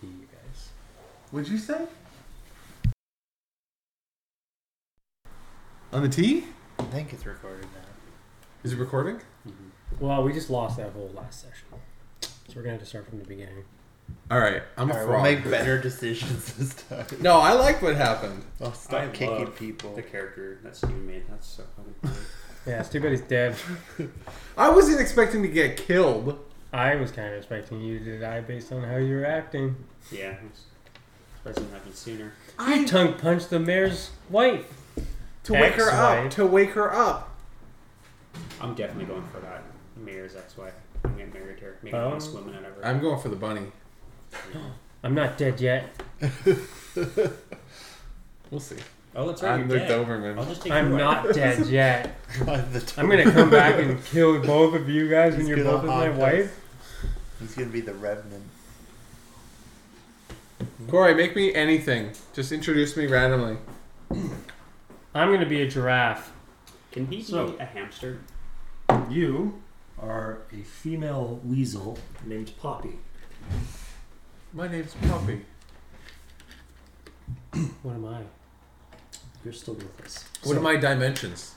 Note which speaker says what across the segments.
Speaker 1: tea, you guys.
Speaker 2: What'd you say? On the T?
Speaker 3: I think it's recorded now.
Speaker 2: Is it recording?
Speaker 1: Well, we just lost that whole last session, so we're gonna have to start from the beginning.
Speaker 2: All right, I'm a
Speaker 3: Alright, we'll
Speaker 2: frog.
Speaker 3: make better decisions this time.
Speaker 2: no, I like what happened.
Speaker 3: I'll stop
Speaker 4: I
Speaker 3: kicking
Speaker 4: love
Speaker 3: people.
Speaker 4: The character that's you made. That's so fucking funny.
Speaker 1: Yeah, it's too bad he's dead.
Speaker 2: I wasn't expecting to get killed.
Speaker 1: I was kind of expecting you to die based on how you were acting.
Speaker 4: yeah. I was Supposed to happen sooner.
Speaker 1: I tongue punched the mayor's wife.
Speaker 2: To wake her up.
Speaker 1: Ex-wife.
Speaker 2: To wake her up.
Speaker 4: I'm definitely going for that. Mayor's ex-wife. I'm getting married to her. Maybe
Speaker 1: Oh.
Speaker 4: I'm swimming out of her.
Speaker 2: I'm going for the bunny.
Speaker 1: I'm not dead yet.
Speaker 2: We'll see.
Speaker 4: oh, that's right.
Speaker 2: I'm
Speaker 4: You're
Speaker 2: the
Speaker 4: dead. I'll
Speaker 2: Doberman.
Speaker 4: just take
Speaker 1: I'm
Speaker 4: your wife.
Speaker 1: not dead yet.
Speaker 3: The
Speaker 1: I'm gonna come back and kill both of you guys when
Speaker 3: He's
Speaker 1: you're
Speaker 3: gonna
Speaker 1: both with my
Speaker 3: haunt us.
Speaker 1: wife.
Speaker 3: He's gonna be the revenant.
Speaker 2: Corey, make me anything. Just introduce me randomly.
Speaker 1: I'm gonna be a giraffe.
Speaker 4: Can he
Speaker 5: So-
Speaker 4: be a hamster?
Speaker 5: You are a female weasel named Poppy.
Speaker 2: My name's Poppy.
Speaker 1: What am I?
Speaker 5: You're still with us.
Speaker 2: What are my dimensions?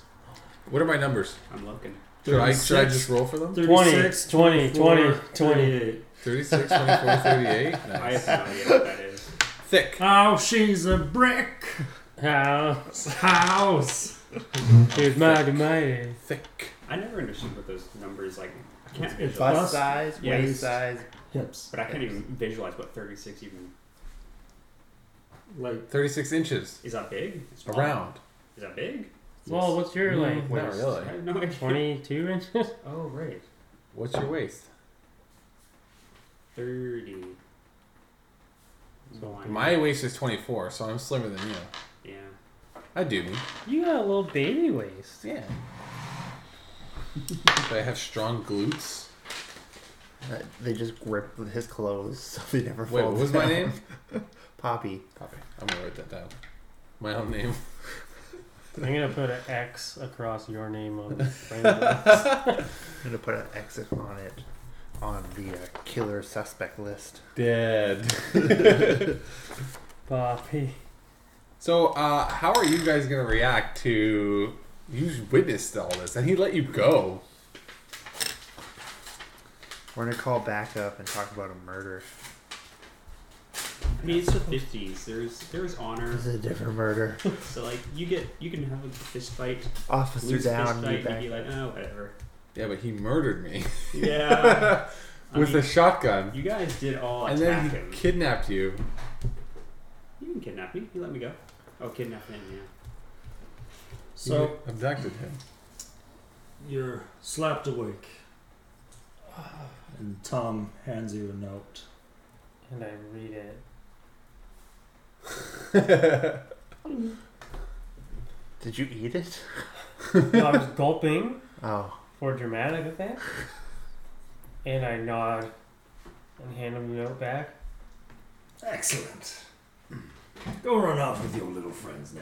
Speaker 2: What are my numbers?
Speaker 4: I'm looking.
Speaker 2: Should I, should I
Speaker 5: 36.
Speaker 2: just roll for them?
Speaker 1: 20, 20, 20, 20.
Speaker 5: 38.
Speaker 2: 36, 24, 38?
Speaker 4: I
Speaker 2: Nice.
Speaker 4: have no idea what that is.
Speaker 2: Thick.
Speaker 5: Oh, she's a brick
Speaker 1: How
Speaker 5: house.
Speaker 1: is my domain?
Speaker 2: Thick.
Speaker 4: I never understood what those numbers like. I can't
Speaker 5: It's
Speaker 4: visualize,
Speaker 5: fun.
Speaker 3: Bust
Speaker 5: Bust,
Speaker 3: size, waist
Speaker 4: yes.
Speaker 3: size.
Speaker 5: Hips.
Speaker 4: but I can't even visualize what 36 even
Speaker 5: Like
Speaker 2: 36 inches.
Speaker 4: is. That big? It's small.
Speaker 2: Around. Mm-hmm.
Speaker 4: Is that big?
Speaker 1: Well, what's your
Speaker 5: Mm,
Speaker 1: like?
Speaker 2: Not really.
Speaker 4: I have no idea.
Speaker 1: 22 inches?
Speaker 4: Oh right,
Speaker 2: What's your waist?
Speaker 4: 30. One.
Speaker 2: My waist is 24, so I'm slimmer than you.
Speaker 4: yeah.
Speaker 2: I do me.
Speaker 1: You got a little baby waist.
Speaker 2: Yeah. Do I have strong glutes?
Speaker 3: Uh, They just grip with his clothes so they never
Speaker 2: Wait,
Speaker 3: fall.
Speaker 2: what was my
Speaker 3: down.
Speaker 2: name?
Speaker 3: Poppy.
Speaker 2: Copy. I'm gonna write that down. My own name.
Speaker 1: I'm gonna put an X across your name on the frame.
Speaker 3: I'm gonna put an exit on it on the uh, killer suspect list.
Speaker 2: Dead.
Speaker 1: Poppy.
Speaker 2: So, uh, how are you guys gonna react to you witnessed all this and he let you go?
Speaker 3: We're gonna call back up and talk about a murder.
Speaker 4: I mean, it's the 50s. There's there's honor.
Speaker 3: This is a different murder.
Speaker 4: So like you get you can have like, a fist fight,
Speaker 3: Officer
Speaker 4: lose a fist
Speaker 3: down,
Speaker 4: fight,
Speaker 3: be
Speaker 4: and
Speaker 3: back.
Speaker 4: be like, oh whatever.
Speaker 2: Yeah, but he murdered me
Speaker 4: Yeah. I
Speaker 2: with
Speaker 4: mean,
Speaker 2: a shotgun,
Speaker 4: you guys did all
Speaker 2: and
Speaker 4: attack
Speaker 2: then he
Speaker 4: him.
Speaker 2: kidnapped you.
Speaker 4: you didn't kidnap me. You let me go. Oh, kidnap him. Yeah.
Speaker 5: So
Speaker 2: You abducted him.
Speaker 5: you're slapped awake. And Tom hands you a note.
Speaker 1: And I read it.
Speaker 3: Did you eat it?
Speaker 1: No, I was gulping
Speaker 3: Oh,
Speaker 1: for dramatic effect. And I nod and hand him the note back.
Speaker 5: Excellent. Go run off with your little friends now.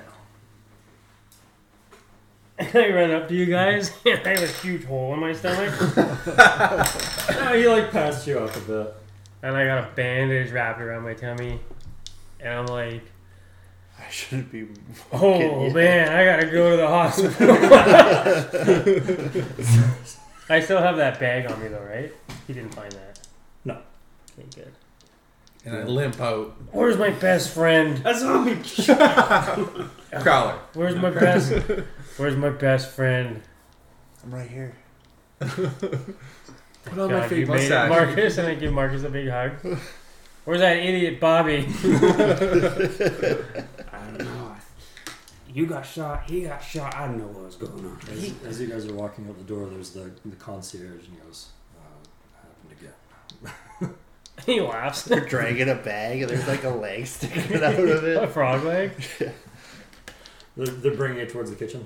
Speaker 1: And I ran up to you guys and I had a huge hole in my stomach.
Speaker 5: No, he like passed you up a bit.
Speaker 1: And I got a bandage wrapped around my tummy. And I'm like,
Speaker 3: I shouldn't be.
Speaker 1: Oh
Speaker 3: you.
Speaker 1: man, I gotta go to the hospital. I still have that bag on me though, right? He didn't find that.
Speaker 5: No.
Speaker 1: Okay, good.
Speaker 2: And I limp out.
Speaker 1: Where's my best friend?
Speaker 4: A zombie.
Speaker 2: Crowler.
Speaker 1: Where's my best? Where's my best friend?
Speaker 3: I'm right here.
Speaker 2: Put on my
Speaker 1: God,
Speaker 2: fake
Speaker 1: you made it,
Speaker 2: mustache.
Speaker 1: Marcus, and I give Marcus a big hug. Where's that idiot Bobby?
Speaker 4: I don't know. You got shot. He got shot. I don't know what was going on.
Speaker 5: As, as you guys are walking out the door, there's the, the concierge, and he goes, uh, happened again.
Speaker 1: he laughs.
Speaker 3: They're dragging a bag and there's like a leg sticking out of
Speaker 1: A
Speaker 3: it.
Speaker 1: frog leg.
Speaker 5: They're, they're bringing it towards the kitchen.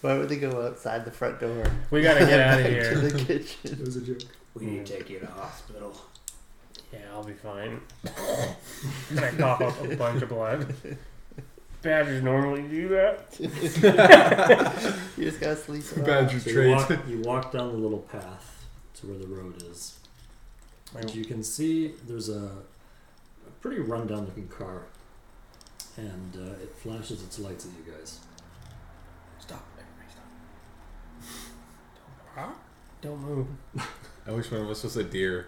Speaker 3: Why would they go outside the front door?
Speaker 1: We gotta get out of
Speaker 3: Back To
Speaker 1: here.
Speaker 3: the kitchen.
Speaker 5: It was a joke.
Speaker 4: We need to take you to hospital.
Speaker 1: Yeah, I'll be fine. and I cough up a bunch of blood. Badgers normally do that.
Speaker 3: You just gotta sleep. it off.
Speaker 2: Badger
Speaker 5: So you
Speaker 2: trades.
Speaker 5: walk, you walk down the little path to where the road is, And you can see there's a, a pretty rundown looking car, and uh, it flashes its lights at you guys.
Speaker 1: Stop. Everybody stop. Don't move.
Speaker 2: I wish one of us was a deer.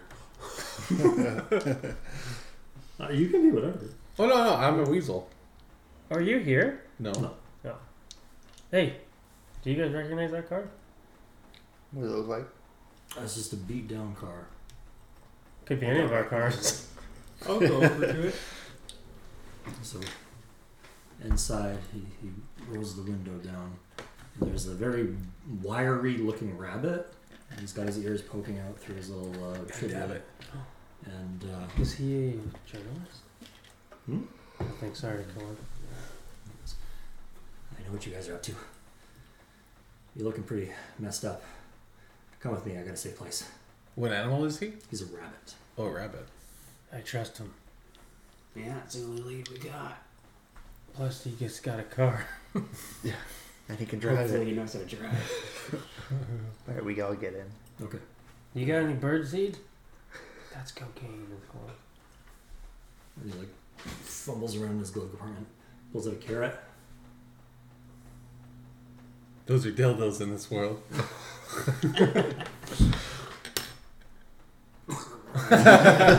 Speaker 5: Uh, you can be whatever.
Speaker 2: Oh no, no, I'm a weasel.
Speaker 1: Are you here?
Speaker 2: No.
Speaker 5: No.
Speaker 1: Hey, do you guys recognize that car?
Speaker 3: What does it look like?
Speaker 5: That's just a beat down car.
Speaker 1: Could be any of our cars.
Speaker 4: I'll go over to it.
Speaker 5: So inside, he, he rolls the window down. And there's a very wiry looking rabbit. and He's got his ears poking out through his little uh, tribulate. And uh,
Speaker 1: Is he a journalist?
Speaker 5: Hmm?
Speaker 1: I think. Sorry, go on.
Speaker 5: I know what you guys are up to. You're looking pretty messed up. Come with me, I gotta save place.
Speaker 2: What animal is he?
Speaker 5: He's a rabbit.
Speaker 2: Oh, a rabbit.
Speaker 1: I trust him.
Speaker 4: Yeah, that's the only lead we got.
Speaker 1: Plus, he just got a car.
Speaker 3: And he can drive
Speaker 4: Hopefully
Speaker 3: it.
Speaker 4: he knows how to drive.
Speaker 3: All right, we all get in.
Speaker 5: Okay.
Speaker 1: You got any bird seed? That's cocaine. Of course.
Speaker 5: And he like fumbles around in his glove compartment, pulls out a carrot.
Speaker 2: Those are dildos in this world.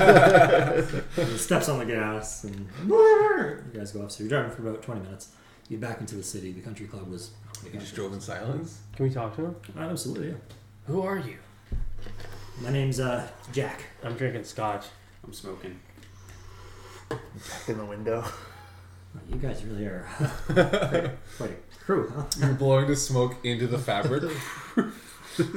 Speaker 5: and he steps on the gas and you guys go off. So you're driving for about 20 minutes. You get back into the city. The country club was.
Speaker 2: He just drove in silence.
Speaker 1: Can we talk to him?
Speaker 5: Uh, absolutely, yeah.
Speaker 1: Who are you?
Speaker 5: My name's uh, Jack.
Speaker 1: I'm drinking scotch.
Speaker 4: I'm smoking.
Speaker 3: Back in the window.
Speaker 5: Well, you guys really are uh, quite a crew, huh?
Speaker 2: You're blowing the smoke into the fabric. this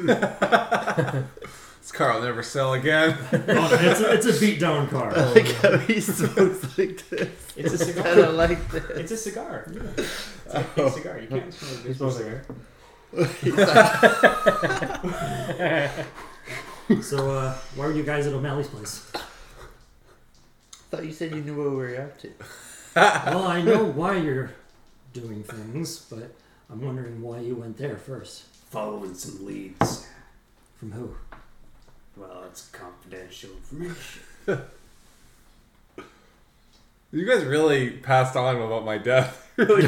Speaker 2: car will never sell again.
Speaker 5: Oh, it's, a, it's a beat down car.
Speaker 3: like how he smokes like this.
Speaker 4: It's a
Speaker 3: Kind of
Speaker 4: cigar.
Speaker 3: like this.
Speaker 4: it's a cigar. It's a
Speaker 5: Oh.
Speaker 4: fake cigar. You can't smoke
Speaker 1: He's
Speaker 4: this
Speaker 1: supposed
Speaker 4: cigar.
Speaker 5: So, uh, why were you guys at O'Malley's place?
Speaker 3: thought you said you knew what we were up to.
Speaker 5: Well, I know why you're doing things, but I'm wondering why you went there first.
Speaker 4: Following some leads.
Speaker 5: From who?
Speaker 4: Well, it's confidential information.
Speaker 2: You guys really passed on about my death.
Speaker 1: Who,
Speaker 2: really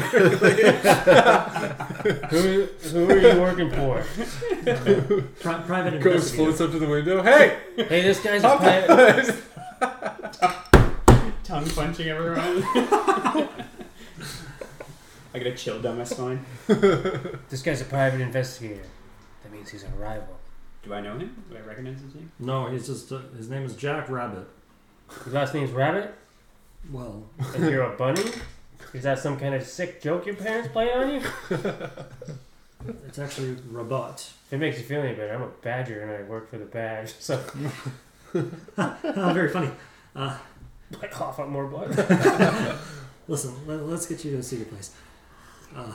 Speaker 1: who are you working for?
Speaker 5: Uh, Pri- private
Speaker 2: goes
Speaker 5: investigator.
Speaker 2: floats up to the window. Hey,
Speaker 1: Hey, this guy's a pilot.
Speaker 4: Tongue punching everyone. I get a chill down my spine.
Speaker 1: This guy's a private investigator. That means he's a rival.
Speaker 4: Do I know him? Do I recognize his name?
Speaker 5: No, he's just uh, his name is Jack Rabbit.
Speaker 1: His last name's Rabbit,
Speaker 5: Well,
Speaker 1: and you're a bunny. Is that some kind of sick joke your parents play on you?
Speaker 5: it's actually Rabat.
Speaker 1: If it makes you feel any better, I'm a badger and I work for the badge, so
Speaker 5: Ah, Very funny.
Speaker 1: I cough up more blood.
Speaker 5: Listen, let, let's get you to a secret place. Uh,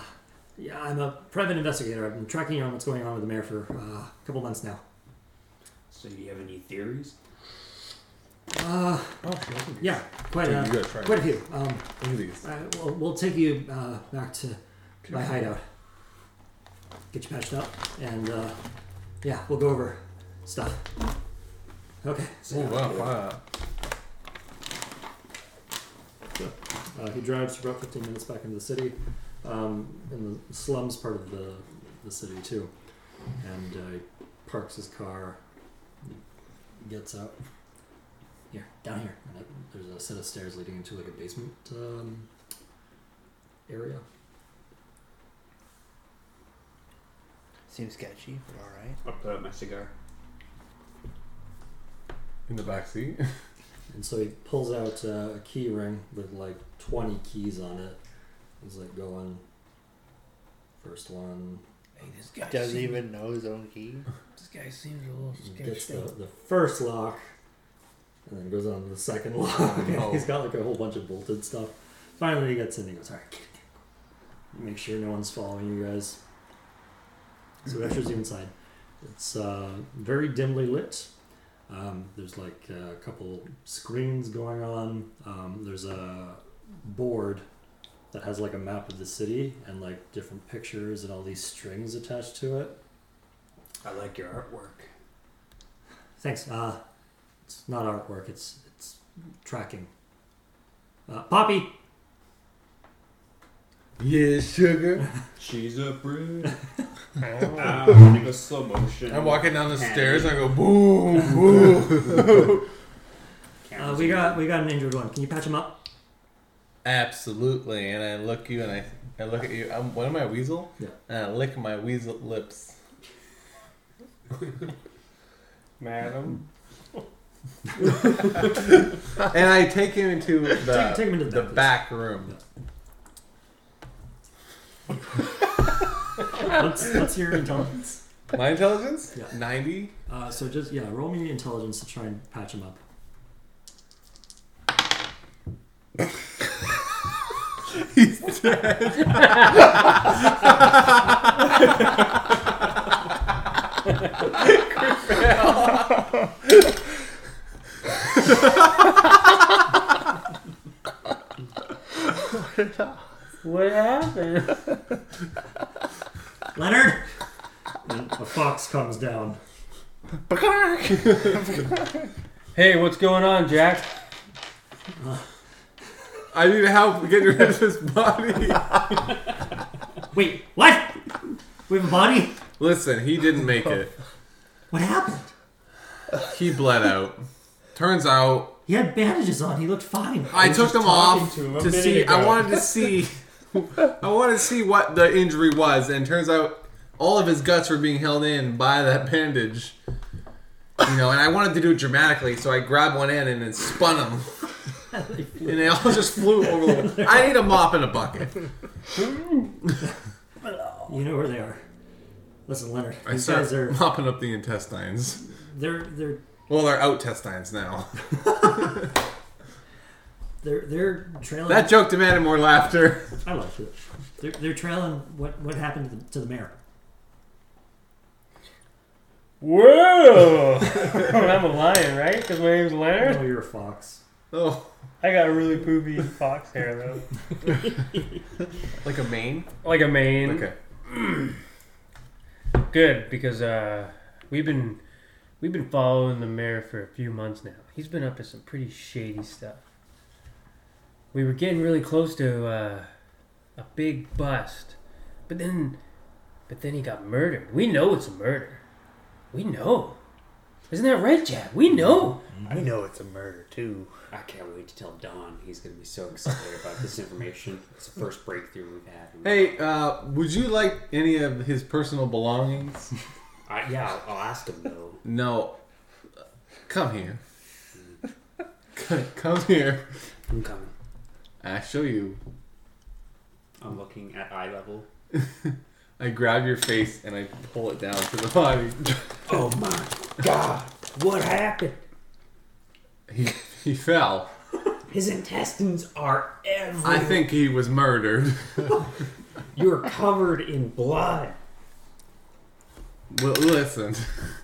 Speaker 5: yeah, I'm a private investigator. I've been tracking on what's going on with the mayor for uh, a couple months now.
Speaker 4: So, do you have any theories?
Speaker 5: Uh,
Speaker 2: oh,
Speaker 5: yeah, quite
Speaker 2: you
Speaker 5: a,
Speaker 2: gotta try.
Speaker 5: quite a
Speaker 2: Look
Speaker 5: few. Um,
Speaker 2: at these.
Speaker 5: I, we'll, we'll take you uh, back to my hideout. Get you patched up, and uh, yeah, we'll go over stuff. Okay.
Speaker 2: Oh,
Speaker 5: yeah.
Speaker 2: wow, wow.
Speaker 5: Uh, he drives for about 15 minutes back into the city, um, in the slums part of the, the city, too. And uh, he parks his car, gets out. Here, down here. And it, there's a set of stairs leading into like a basement um, area.
Speaker 3: Seems sketchy, but all right.
Speaker 4: I'll put out my cigar.
Speaker 2: In the back seat.
Speaker 5: And so he pulls out uh, a key ring with like 20 keys on it. He's like going, first one,
Speaker 1: Hey, this guy
Speaker 3: Doesn't even know his own key.
Speaker 1: This guy seems a little
Speaker 5: gets the, the first lock and then goes on to the second lock.
Speaker 2: no.
Speaker 5: He's got like a whole bunch of bolted stuff. Finally, he gets in and he goes, All right, get in." make sure no one's following you guys. So, he ushers you inside. It's uh, very dimly lit. Um, there's like a couple screens going on. Um, there's a board that has like a map of the city and like different pictures and all these strings attached to it.
Speaker 4: I like your artwork.
Speaker 5: Thanks. Uh, It's not artwork. It's it's tracking. Uh, Poppy.
Speaker 2: Yes, sugar.
Speaker 4: She's a brood.
Speaker 1: Oh.
Speaker 4: I'm gonna go slow motion.
Speaker 2: I'm walking down the
Speaker 4: Patty.
Speaker 2: stairs. I go boom, boom.
Speaker 5: Uh, we got we got an injured one. Can you patch him up?
Speaker 2: Absolutely. And I look you, and I, I look at you. I'm, what am I, a weasel?
Speaker 5: Yeah.
Speaker 2: And I lick my weasel lips.
Speaker 1: Madam.
Speaker 2: and I take him into the
Speaker 5: Take- take him into the
Speaker 2: the
Speaker 5: back,
Speaker 2: back
Speaker 5: please.
Speaker 2: room.
Speaker 5: Let's let's hear your intelligence.
Speaker 2: My intelligence?
Speaker 5: Yeah.
Speaker 2: Ninety.
Speaker 5: Uh, so just yeah, roll me intelligence to try and patch him up.
Speaker 1: What happened?
Speaker 5: Leonard. And a fox comes down.
Speaker 1: Hey, what's going on, Jack?
Speaker 2: I need help getting rid of this body.
Speaker 5: Wait, what? We have a body.
Speaker 2: Listen, he didn't make it.
Speaker 5: What happened?
Speaker 2: He bled out. Turns out
Speaker 5: He had bandages on. He looked fine.
Speaker 2: I
Speaker 5: was
Speaker 2: took
Speaker 5: just
Speaker 2: them
Speaker 5: talking
Speaker 2: off
Speaker 5: to him.
Speaker 2: to,
Speaker 4: a minute
Speaker 2: see. I
Speaker 4: ago.
Speaker 2: wanted to see. I wanted to see what the injury was, and turns out all of his guts were being held in by that bandage. You know, and I wanted to do it dramatically, so I grabbed one end and then spun him, and they all just flew over. The I need a mop and a bucket.
Speaker 5: You know where they are. Listen, Leonard.
Speaker 2: I
Speaker 5: These
Speaker 2: start
Speaker 5: guys are
Speaker 2: mopping up the intestines.
Speaker 5: they're they're
Speaker 2: Well, they're out intestines now.
Speaker 5: they're they're trailing.
Speaker 2: That joke demanded more laughter.
Speaker 5: I like it. They're, they're trailing what what happened to the, to the mayor.
Speaker 1: Whoa! I'm a lion, right? Because my name's
Speaker 5: I
Speaker 1: Leonard.
Speaker 5: know you're a fox.
Speaker 2: Oh,
Speaker 1: I got really poopy fox hair though,
Speaker 2: like a mane.
Speaker 1: like a mane.
Speaker 2: Okay.
Speaker 1: Good because uh, we've been we've been following the mayor for a few months now. He's been up to some pretty shady stuff. We were getting really close to uh, a big bust, but then but then he got murdered. We know it's a murder. We know. Isn't that right, Jack? We know.
Speaker 3: I know it's a murder too.
Speaker 4: I can't wait to tell Don. He's gonna be so excited about this information. It's the first breakthrough we've had.
Speaker 2: Hey, uh, would you like any of his personal belongings?
Speaker 4: I, yeah, I'll, I'll ask him though.
Speaker 2: no. Come here. C- Come here.
Speaker 4: I'm coming.
Speaker 2: I show you.
Speaker 4: I'm looking at eye level.
Speaker 2: I grab your face and I pull it down to the body.
Speaker 4: Oh my god! What happened?
Speaker 2: He, he fell.
Speaker 4: His intestines are everywhere.
Speaker 2: I think he was murdered.
Speaker 4: you're covered in blood.
Speaker 2: Well, listen.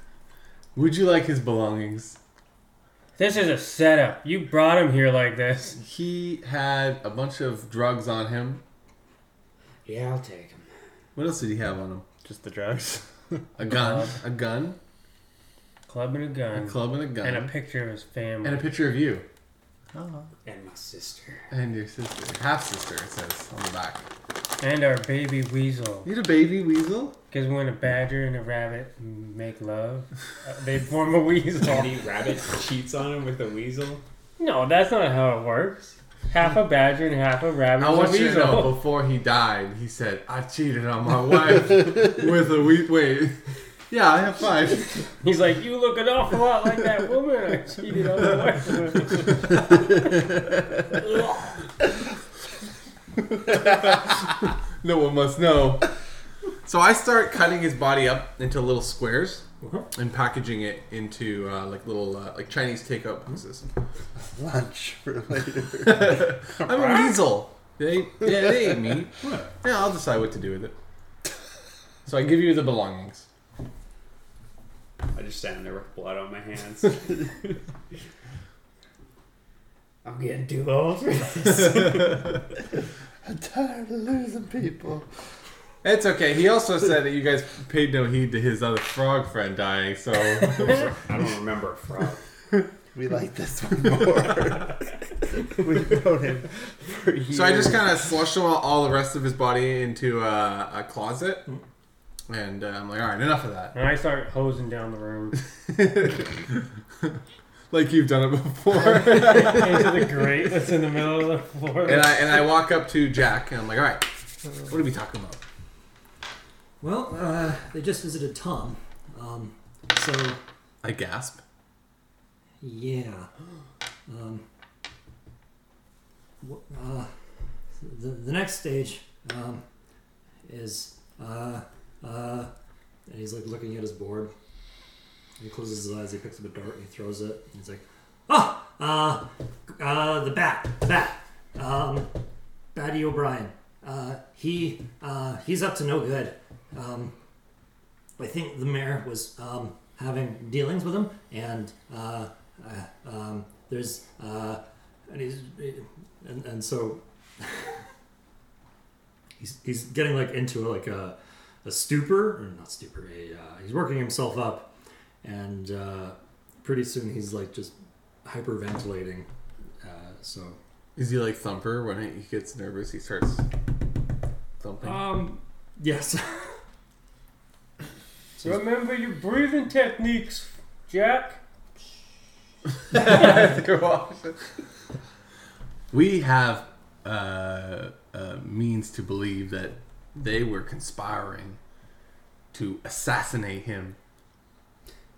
Speaker 2: Would you like his belongings?
Speaker 1: This is a setup. You brought him here like this.
Speaker 2: He had a bunch of drugs on him.
Speaker 4: Yeah, I'll take him.
Speaker 2: What else did he have on him?
Speaker 3: Just the drugs.
Speaker 2: A gun. A gun.
Speaker 1: Club and a
Speaker 2: A
Speaker 1: gun.
Speaker 2: club and a gun.
Speaker 1: and a picture of his family.
Speaker 2: and a picture of you.
Speaker 4: And my sister.
Speaker 2: And your sister. Half sister, it says on the back.
Speaker 1: And our baby weasel.
Speaker 2: Need a baby weasel?
Speaker 1: Because when a badger and a rabbit make love, uh, they form a weasel.
Speaker 4: Any rabbit cheats on him with a weasel?
Speaker 1: no, that's not how it works. Half a badger and half a rabbit
Speaker 2: I
Speaker 1: is a
Speaker 2: want you to know
Speaker 1: weasel.
Speaker 2: before he died, he said, I cheated on my wife with a we Wait. Yeah, I have five.
Speaker 1: He's like, you look an awful lot like that woman I cheated on the wife with."
Speaker 2: No one must know. So I start cutting his body up into little squares and packaging it into uh, like little uh, like Chinese takeout boxes.
Speaker 3: Lunch for later.
Speaker 2: I'm a weasel. They, yeah, they ain't me. Yeah, I'll decide what to do with it. So I give you the belongings.
Speaker 4: I just stand there with blood on my hands. I'm getting too old for this.
Speaker 3: I'm tired of losing people.
Speaker 2: It's okay. He also said that you guys paid no heed to his other frog friend dying, so
Speaker 4: I don't remember a frog.
Speaker 3: We like this one more. We've known him for years.
Speaker 2: So I just kind of slushed all, all the rest of his body into a, a closet, and uh, I'm like, all right, enough of that.
Speaker 1: And I start hosing down the room
Speaker 2: Like you've done it before.
Speaker 1: into the grate that's in the middle of the floor.
Speaker 2: and I and I walk up to Jack, and I'm like, all right, what are we talking about?
Speaker 5: Well, uh, they just visited Tom. Um, so,
Speaker 2: I gasp.
Speaker 5: yeah. Um, wh- uh, the, the next stage um, is. Uh, uh, and he's like looking at his board. He closes his eyes, he picks up a dart, and he throws it. And he's like, Oh! Uh, uh, the bat! The bat! Um, Batty O'Brien. Uh, he uh, he's up to no good. Um, I think the mayor was um, having dealings with him, and uh, uh, um, there's uh, and he's and, and so he's he's getting like into like a a stupor or not stupor. A, uh, he's working himself up, and uh, pretty soon he's like just hyperventilating. Uh, so
Speaker 2: Is he like Thumper? When he gets nervous, he starts thumping.
Speaker 1: Oh.
Speaker 5: um yes.
Speaker 1: Remember your breathing techniques, Jack.
Speaker 2: we have uh, uh, means to believe that they were conspiring to assassinate him.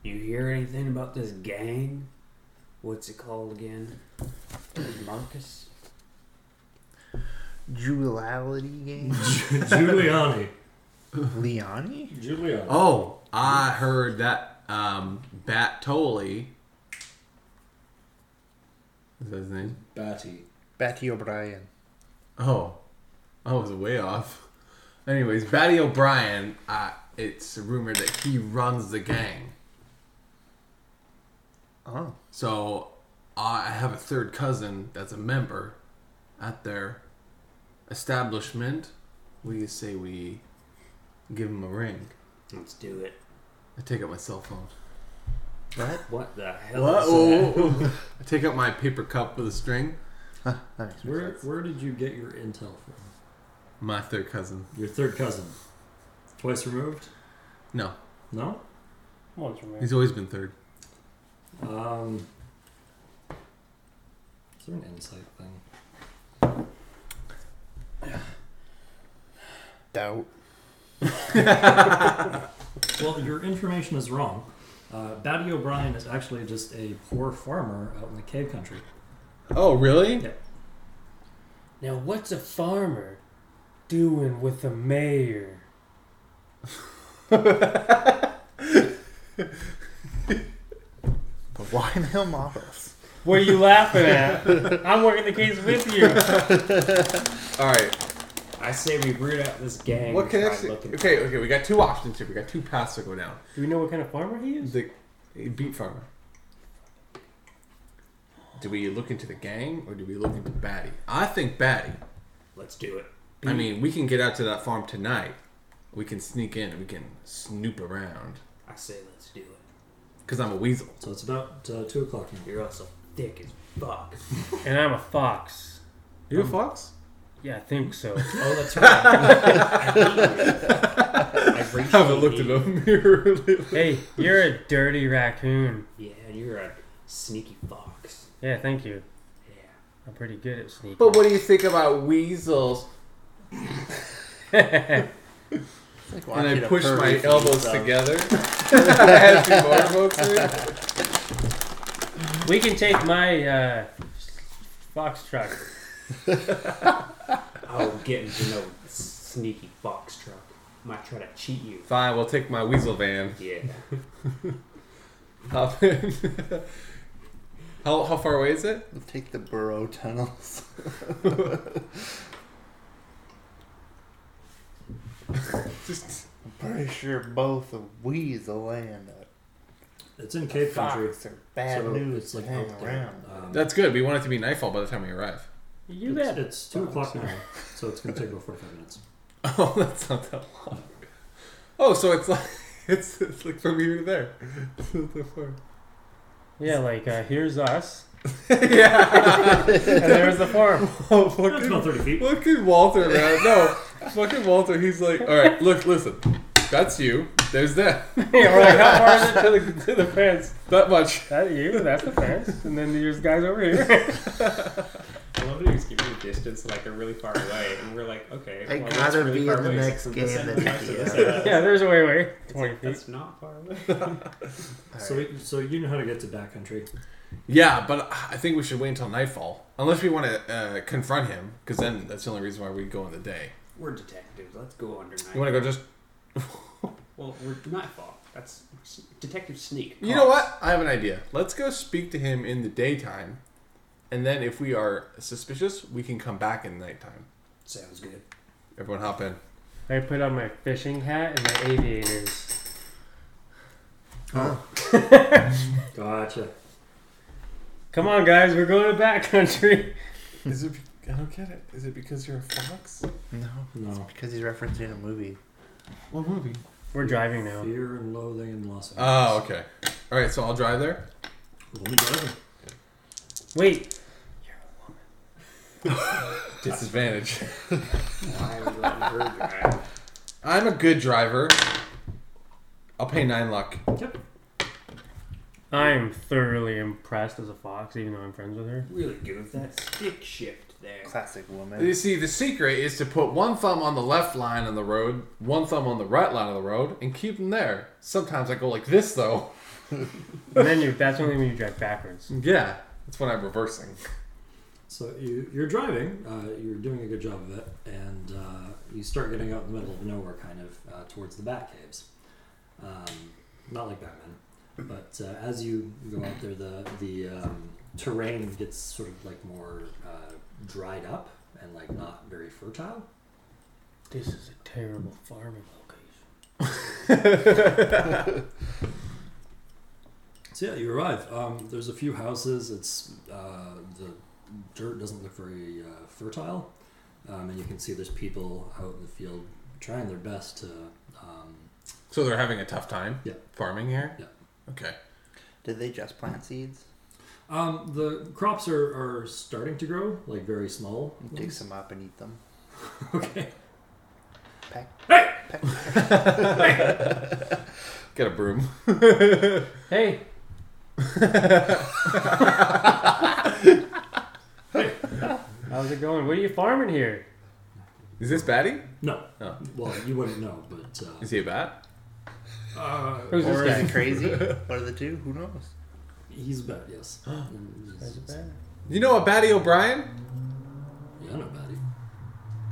Speaker 4: You hear anything about this gang? What's it called again? Marcus?
Speaker 3: Duality game?
Speaker 5: Giuliani.
Speaker 3: Leoni?
Speaker 5: Giuliani.
Speaker 2: Oh, I heard that um, Bat Toley. Is that his name?
Speaker 5: Batty.
Speaker 3: Batty O'Brien.
Speaker 2: Oh, I was way off. Anyways, Batty O'Brien. Uh, it's rumored that he runs the gang.
Speaker 3: Oh.
Speaker 2: So I have a third cousin that's a member at their establishment. We say we give him a ring.
Speaker 4: Let's do it.
Speaker 2: I take out my cell phone.
Speaker 3: What?
Speaker 4: What the hell is that?
Speaker 2: Whoa! I take out my paper cup with a string.
Speaker 3: Huh, that makes more
Speaker 5: Where
Speaker 3: sense.
Speaker 5: where did you get your intel from?
Speaker 2: My third cousin.
Speaker 5: Your third cousin. Twice removed?
Speaker 2: No,
Speaker 5: No?
Speaker 1: Once remember.
Speaker 2: he's always been third.
Speaker 5: Um Is there an insight thing?
Speaker 3: Doubt.
Speaker 5: Well, your information is wrong. Uh, Batty O'Brien is actually just a poor farmer out in the cave country.
Speaker 2: Oh, really?
Speaker 5: Yeah.
Speaker 1: Now, what's a farmer doing with a mayor?
Speaker 3: But why in the hell models?
Speaker 1: What are you laughing at? I'm working the case with you.
Speaker 2: All right.
Speaker 4: I say we root out this gang.
Speaker 2: What
Speaker 4: and try
Speaker 2: connection?
Speaker 4: looking-
Speaker 2: Okay, okay. We got two options here. We got two paths to go down.
Speaker 1: Do we know what kind of farmer he is?
Speaker 2: The beat farmer. Do we look into the gang or do we look into Batty? I think Batty.
Speaker 4: Let's do it.
Speaker 2: I mean, we can get out to that farm tonight. We can sneak in. We can snoop around.
Speaker 4: I say let's do it.
Speaker 2: Cause I'm a weasel.
Speaker 5: So it's about uh, two o'clock now.
Speaker 4: You're also thick as fuck.
Speaker 1: And I'm a fox.
Speaker 2: You a fox?
Speaker 1: Yeah, I think so.
Speaker 4: Oh, that's right. I hate you. I racially
Speaker 2: Haven't looked
Speaker 4: hate
Speaker 2: in a mirror.
Speaker 1: hey, you're a dirty raccoon.
Speaker 4: you. Yeah, and you're a sneaky fox.
Speaker 1: Yeah, thank you.
Speaker 4: Yeah.
Speaker 1: I'm pretty good at sneaking.
Speaker 2: but what do you think about weasels?
Speaker 3: It's like
Speaker 2: And I
Speaker 3: watching a
Speaker 2: push
Speaker 3: furry
Speaker 2: my
Speaker 3: feed
Speaker 2: elbows
Speaker 3: stuff.
Speaker 2: together. I had two motorboats there.
Speaker 1: We can take my uh, fox truck.
Speaker 4: I'll get into no sneaky fox truck. Might try to cheat you.
Speaker 2: Fine, we'll take my weasel van.
Speaker 4: Yeah.
Speaker 2: Hop in. how, how far away is it?
Speaker 3: We'll Take the burrow tunnels.
Speaker 2: Just
Speaker 3: I'm pretty sure both a weasel and a
Speaker 5: It's in cave country.
Speaker 3: fox are bad
Speaker 5: so
Speaker 3: news
Speaker 5: it's like
Speaker 3: to hang
Speaker 5: out there.
Speaker 3: around.
Speaker 5: Um,
Speaker 2: that's good. We want it to be nightfall by the time we arrive.
Speaker 1: You
Speaker 5: it's,
Speaker 1: bet.
Speaker 5: it's two o'clock now, so it's gonna take about forty-five minutes.
Speaker 2: Oh, that's not that long. Oh, so it's like it's, it's like from here to there.
Speaker 1: Yeah, like uh, here's us,
Speaker 2: yeah.
Speaker 1: and there's the farm.
Speaker 2: Oh,
Speaker 5: That's about
Speaker 2: fucking,
Speaker 5: 30 feet.
Speaker 2: fucking Walter, man. No, fucking Walter. He's like, all right, look, listen. That's you. There's that.
Speaker 1: yeah, we're like, how far is it to the, to the fence?
Speaker 2: That much.
Speaker 1: That you? That's the fence, and then there's guys over here.
Speaker 6: I love that he was giving the distance like they're really far away, and we're like, okay,
Speaker 3: I
Speaker 6: that's
Speaker 3: gotta
Speaker 6: really
Speaker 3: be
Speaker 6: far
Speaker 3: in the
Speaker 6: away.
Speaker 3: next
Speaker 6: Since
Speaker 3: game
Speaker 6: end
Speaker 3: that
Speaker 6: of the next
Speaker 3: we
Speaker 6: to this
Speaker 3: do.
Speaker 6: end.
Speaker 1: yeah, there's a way away.
Speaker 6: It's
Speaker 1: Twenty
Speaker 6: like,
Speaker 1: feet.
Speaker 6: that's not far away.
Speaker 5: So, we, so you know how to get to backcountry.
Speaker 2: Yeah, but I think we should wait until nightfall, unless we want to uh, confront him, because then that's the only reason why we go in the day.
Speaker 4: We're detectives. Let's go under night.
Speaker 2: You want to go just?
Speaker 4: Well, we're nightfall. That's Detective Sneak.
Speaker 2: You know what? I have an idea. Let's go speak to him in the daytime, and then if we are suspicious, we can come back in nighttime.
Speaker 4: Sounds good.
Speaker 2: Everyone, hop in.
Speaker 1: I put on my fishing hat and my aviators.
Speaker 3: Oh.
Speaker 5: Gotcha.
Speaker 1: Come on, guys, we're going to backcountry.
Speaker 2: Is it? I don't get it. Is it because you're a fox?
Speaker 3: No, it's
Speaker 5: No.
Speaker 3: because he's referencing a movie.
Speaker 2: What movie?
Speaker 1: We're driving now.
Speaker 5: Fear and loathing in Los Angeles.
Speaker 2: Oh, okay. All right, so I'll drive there.
Speaker 5: Roll me driving.
Speaker 1: Wait,
Speaker 2: Disadvantage.
Speaker 4: Why are we letting her drive?
Speaker 2: I'm a good driver. I'll pay nine luck.
Speaker 1: I'm thoroughly impressed as a fox, even though I'm friends with her.
Speaker 4: Really good with that stick shift there.
Speaker 3: Classic woman.
Speaker 2: You see, the secret is to put one thumb on the left line of the road, one thumb on the right line of the road, and keep them there. Sometimes I go like this, though.
Speaker 1: And then you, that's only when you drive backwards.
Speaker 2: Yeah, that's when I'm reversing.
Speaker 5: So you, you're driving. Uh, you're doing a good job of it, and uh, you start getting out in the middle of nowhere, kind of uh, towards the Bat Caves. Um, not like Batman, but uh, as you go out there, the the um, terrain gets sort of like more uh, dried up and like not very fertile.
Speaker 1: This is a terrible farming location.
Speaker 5: So yeah, you arrive. Um, there's a few houses. It's uh, the dirt doesn't look very uh, fertile, um, and you can see there's people out in the field trying their best to. Um,
Speaker 2: So they're having a tough time
Speaker 5: Yeah.
Speaker 2: farming here?
Speaker 5: Yeah.
Speaker 2: Okay.
Speaker 3: Did they just plant seeds?
Speaker 5: um, the crops are, are starting to grow, like very small.
Speaker 3: Dig
Speaker 5: ones.
Speaker 3: some up and eat them.
Speaker 5: okay.
Speaker 3: Peck.
Speaker 2: Get a broom.
Speaker 1: Hey, how's it going? What are you farming here?
Speaker 2: Is this Batty?
Speaker 5: No.
Speaker 2: Oh.
Speaker 5: Well, you wouldn't know, but uh,
Speaker 2: Is he a bat?
Speaker 5: uh,
Speaker 1: Who's
Speaker 3: Or is
Speaker 1: this
Speaker 3: it
Speaker 1: guy?
Speaker 3: crazy? One of the two? Who knows?
Speaker 5: he's a bat. Yes.
Speaker 1: Is it bad?
Speaker 2: You know a Batty O'Brien?
Speaker 5: yeah, no batty.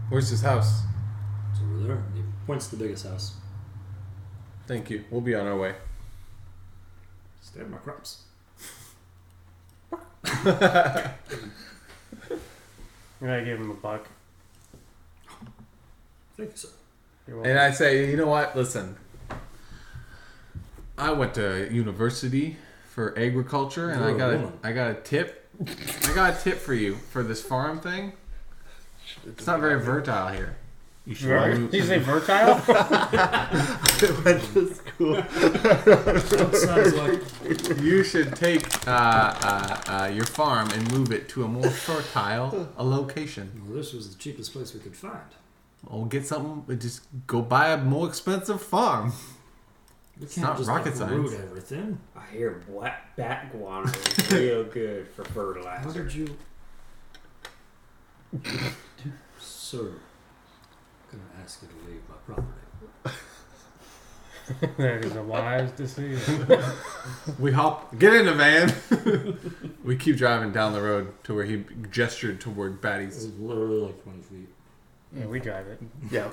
Speaker 2: Where's his house?
Speaker 5: It's over there. He points to the biggest house.
Speaker 2: Thank you. We'll be on our way.
Speaker 5: Stand my crops.
Speaker 1: And I give him a buck.
Speaker 5: Thank you, sir.
Speaker 1: You're welcome.
Speaker 2: And I say, you know what? Listen, I went to university for agriculture, and I
Speaker 5: You're a
Speaker 2: got a,
Speaker 5: woman.
Speaker 2: I got a tip. I got a tip for you for this farm thing. It's not very fertile here. You should
Speaker 1: Ver-
Speaker 2: move-
Speaker 1: Did you say fertile?
Speaker 5: That sounds like
Speaker 2: you should take uh, uh, uh, your farm and move it to a more fertile a location.
Speaker 5: well, this was the cheapest place we could find.
Speaker 2: Or get something. but Just go buy a more expensive farm.
Speaker 5: We
Speaker 2: It's not rocket
Speaker 5: uproot
Speaker 2: science.
Speaker 5: everything.
Speaker 4: I hear black bat guano is real good for
Speaker 5: How
Speaker 4: fertilizer.
Speaker 5: did you, sir? I'm gonna ask you to leave my property.
Speaker 1: that is a wise decision.
Speaker 2: We hop, get in the van. we keep driving down the road to where he gestured toward
Speaker 5: It
Speaker 2: Batty's.
Speaker 5: was literally like 20 feet.
Speaker 1: Yeah, we drive it.
Speaker 3: Yeah.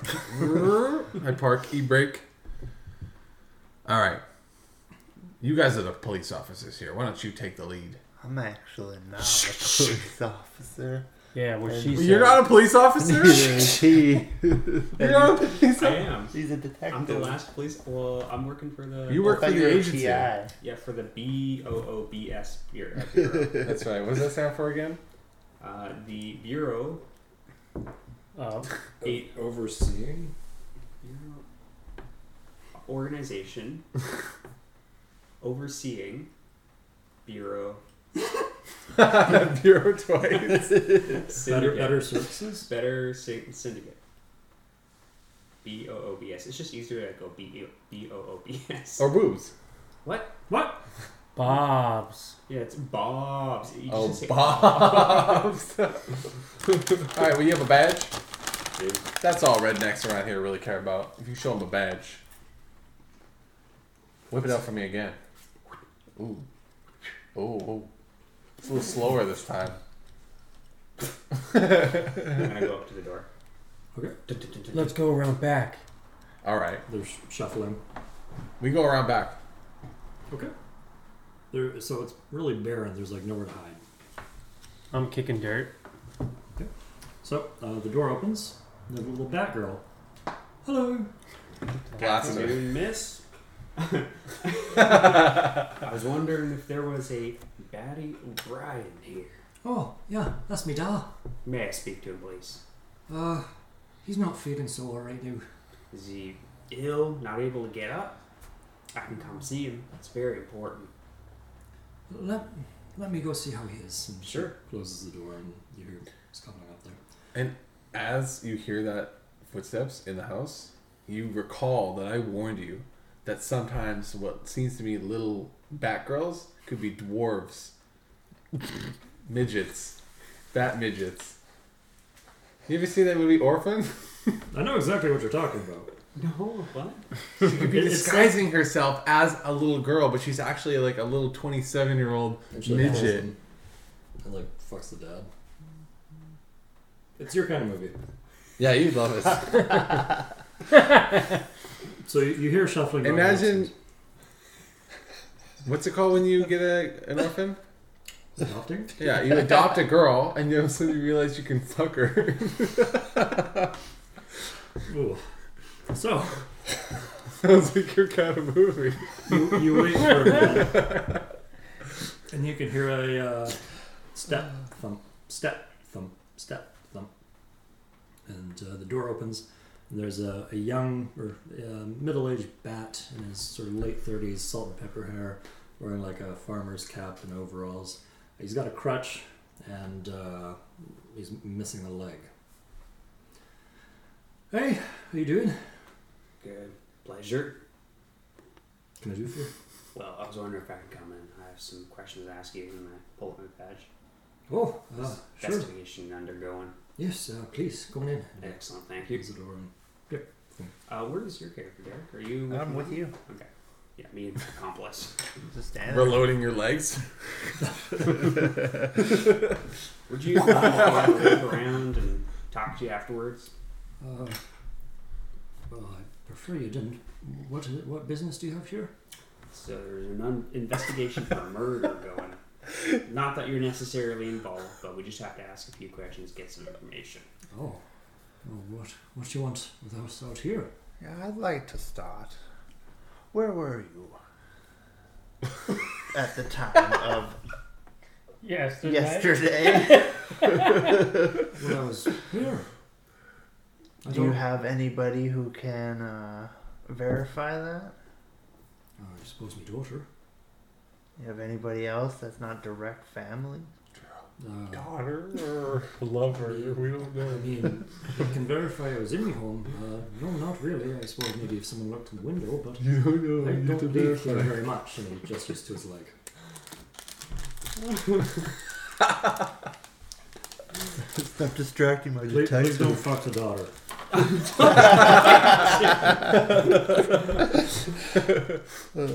Speaker 2: I park, e brake. All right. You guys are the police officers here. Why don't you take the lead?
Speaker 3: I'm actually not a police officer.
Speaker 1: Yeah, well, she said.
Speaker 2: You're not a police officer?
Speaker 3: she.
Speaker 2: You're not a police
Speaker 4: I
Speaker 2: officer.
Speaker 4: am.
Speaker 3: She's a
Speaker 4: I'm the
Speaker 3: detective.
Speaker 4: last police. Well, I'm working for the.
Speaker 2: You
Speaker 6: Oh,
Speaker 2: work for the agency.
Speaker 3: TI.
Speaker 4: Yeah, for the B O O B S Bureau. Bureau.
Speaker 2: That's right. What does that stand for again?
Speaker 4: uh, the Bureau.
Speaker 1: Oh,
Speaker 4: Eight.
Speaker 5: Overseeing?
Speaker 4: Bureau organization. overseeing.
Speaker 6: bureau.
Speaker 2: Bureau twice.
Speaker 5: Better,
Speaker 6: Syndicate.
Speaker 5: better services?
Speaker 6: Better Sy- Syndicate. B O O B S. It's just easier to go B O O B S.
Speaker 2: or boobs.
Speaker 6: What?
Speaker 5: What?
Speaker 1: Bob's.
Speaker 6: Yeah, it's Bob's. You
Speaker 2: Oh,
Speaker 6: just say
Speaker 2: Bob's. All right, well, you have a badge?
Speaker 6: Dude.
Speaker 2: That's all rednecks around here really care about. If you show them a badge, whip it out for me again. Ooh. Ooh. ooh. It's a little slower this time.
Speaker 6: I'm gonna go up to the door.
Speaker 5: Okay.
Speaker 1: Let's go around back.
Speaker 2: All right.
Speaker 5: There's shuffling.
Speaker 2: We go around back.
Speaker 5: Okay. There, so it's really barren. There's like nowhere to hide.
Speaker 1: I'm kicking dirt.
Speaker 5: So uh, the door opens. There's a little bat girl. Hello.
Speaker 2: Blasting it.
Speaker 6: Afternoon, miss. I was wondering if there was a Batty O'Brien here.
Speaker 7: Oh, yeah, that's me dad.
Speaker 6: May I speak to him, please?
Speaker 7: Uh, he's not feeling so all right now.
Speaker 6: Is he ill? Not able to get up? I can come see him. That's very important.
Speaker 7: Let, let me go see how he is.
Speaker 5: And she
Speaker 6: Sure.
Speaker 5: Closes the door and you hear scuffling out there.
Speaker 2: As you hear that footsteps in the house, you recall that I warned you that sometimes what seems to be little batgirls could be dwarves, midgets, bat midgets. You ever seen that movie Orphan?
Speaker 5: I know exactly what you're talking about.
Speaker 6: No, what?
Speaker 2: She could be
Speaker 5: It's
Speaker 2: disguising herself as a little girl, but she's actually like a little twenty-seven-year-old
Speaker 5: And she, like, pulls
Speaker 2: midget.
Speaker 5: him And like fucks the dad. It's your kind of movie.
Speaker 2: Yeah, you'd love it.
Speaker 5: So you, you hear shuffling. going on
Speaker 2: Imagine.
Speaker 5: upstairs.
Speaker 2: What's it called when you get a, an orphan?
Speaker 5: adopting.
Speaker 2: Yeah, you adopt a girl, and you suddenly realize you can fuck her.
Speaker 5: Ooh. So
Speaker 2: Sounds like your kind of movie.
Speaker 5: you, you wait for a minute, and you can hear a uh, step thump, step thump, step thump, and uh, the door opens. And there's a, a young or uh, middle-aged bat in his sort of late thirties, salt and pepper hair, wearing like a farmer's cap and overalls. He's got a crutch, and uh, he's missing a leg. Hey, how you doing?
Speaker 6: Good. Pleasure.
Speaker 5: Can I do for you?
Speaker 6: Well, I was wondering if I could come in. I have some questions to ask you and I pull up my badge.
Speaker 5: Oh, uh, sure.
Speaker 6: Investigation undergoing.
Speaker 5: Yes, uh, please go on in.
Speaker 6: Excellent, thank you.
Speaker 5: Here's the door. And
Speaker 6: Uh, where is your character, Derek? Are you?
Speaker 3: I'm with you.
Speaker 6: Yeah, me and my accomplice.
Speaker 3: Just stand there.
Speaker 2: Reloading your legs.
Speaker 6: Would you uh, look around and talk to you afterwards?
Speaker 7: Uh,
Speaker 5: Well, I prefer you didn't. What is it? What business do you have here?
Speaker 6: So there's an un- investigation for a murder going. Not that you're necessarily involved, but we just have to ask a few questions, get some information.
Speaker 5: Oh, well, what what do you want with us out here?
Speaker 3: Yeah, I'd like to start. Where were you? At the time of
Speaker 1: Yes.
Speaker 3: yesterday.
Speaker 5: When I was here. I
Speaker 3: Do you
Speaker 5: don't.
Speaker 3: have anybody who can uh, verify that?
Speaker 5: Oh, I suppose my daughter.
Speaker 3: You have anybody else that's not direct family?
Speaker 5: Uh,
Speaker 2: Daughter or lover, we don't
Speaker 5: I
Speaker 2: know.
Speaker 5: mean, you can verify I was in my home. Uh, no, not really. I suppose maybe if someone looked in the window, but
Speaker 2: You don't know.
Speaker 5: I
Speaker 2: You need
Speaker 5: don't
Speaker 2: to
Speaker 5: leave here
Speaker 2: verify.
Speaker 5: very much. And he just used to his leg.
Speaker 3: Stop distracting my
Speaker 5: Please, please don't fuck the daughter.
Speaker 3: Uh,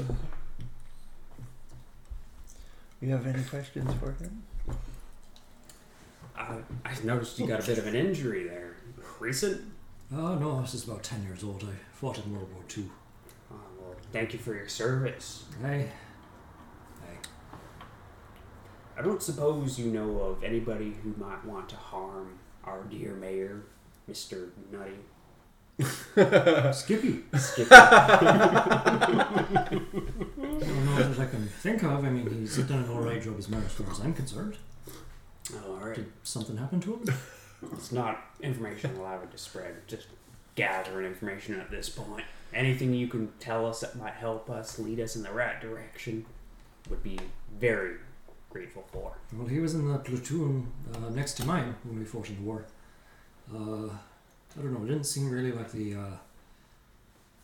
Speaker 3: You have any questions for him?
Speaker 6: I, Uh, I noticed you got a bit of an injury there. Recent?
Speaker 5: Oh, no, I was just about 10 years old. I fought in World War Two.
Speaker 6: Oh, well, thank you for your service.
Speaker 5: I
Speaker 6: I don't suppose you know of anybody who might want to harm our dear mayor, Mr. Nutty.
Speaker 5: Skippy.
Speaker 6: Skippy.
Speaker 5: I don't know that I can think of. I mean, he's done an all right job as mayor as far as I'm concerned.
Speaker 6: Oh, all right.
Speaker 5: Did something happen to him?
Speaker 6: It's not information allowed to spread. Just gathering information at this point. Anything you can tell us that might help us lead us in the right direction. would be very grateful for.
Speaker 7: Well, he was in the platoon uh, next to mine when we fought in the war. Uh, I don't know, didn't seem really like the uh,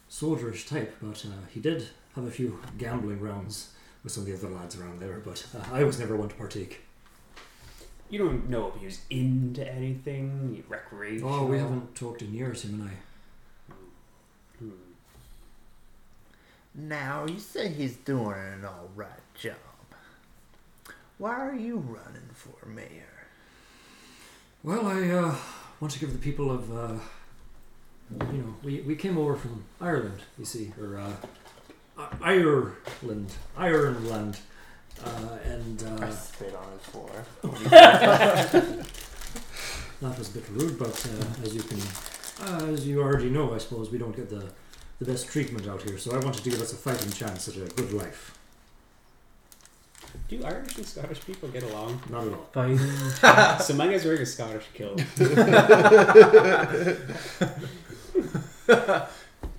Speaker 7: soldierish type, but uh, he did have a few gambling rounds with some of the other lads around there, but uh, I was never one to partake.
Speaker 6: You don't know if he was into anything, recreational.
Speaker 7: Oh, we haven't talked in years, him and I.
Speaker 6: Hmm.
Speaker 3: Now, you say he's doing an alright job. Why are you running for mayor?
Speaker 7: Well, I uh, want to give the people of, uh, you know, we, we came over from Ireland, you see, or uh, I- Ireland, Ireland, uh, and
Speaker 3: I
Speaker 7: uh,
Speaker 3: spit on his floor.
Speaker 7: That was a bit rude, but uh, as you can, as you already know, I suppose we don't get the, the best treatment out here. So I wanted to give us a fighting chance at a good life.
Speaker 6: Do Irish and Scottish people get along?
Speaker 7: Not at all.
Speaker 1: Fighting.
Speaker 6: so my guy's wearing a Scottish kilt.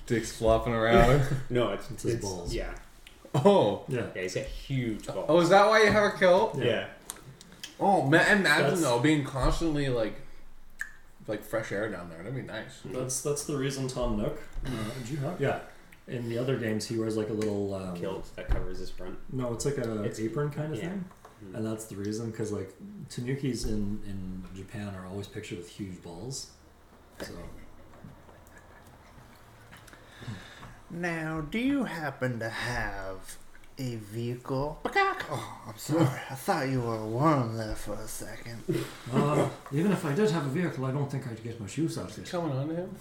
Speaker 2: Dick's flopping around.
Speaker 6: No, it's,
Speaker 7: It's his balls.
Speaker 6: Yeah.
Speaker 2: oh.
Speaker 7: Yeah.
Speaker 6: Yeah, he's got huge balls.
Speaker 2: Oh, is that why you have a kilt?
Speaker 6: yeah.
Speaker 2: Oh, ma- imagine
Speaker 5: That's-
Speaker 2: though being constantly like, like fresh air down there. That'd be nice.
Speaker 5: That's that's the reason Tom Nook. Uh, did you have? Yeah. In the other games, he wears like a little um,
Speaker 6: Kilt that covers his front.
Speaker 5: No, it's like a
Speaker 6: It's-
Speaker 5: apron kind of
Speaker 6: yeah.
Speaker 5: thing,
Speaker 6: Mhm.
Speaker 5: and that's the reason because like tanukis in in Japan are always pictured with huge balls. So
Speaker 3: Now, do you happen to have a vehicle? Oh, I'm sorry. I thought you were a worm there for a second.
Speaker 7: Uh, even if I did have a vehicle, I don't think I'd get my shoes out of it.
Speaker 2: Coming on to him.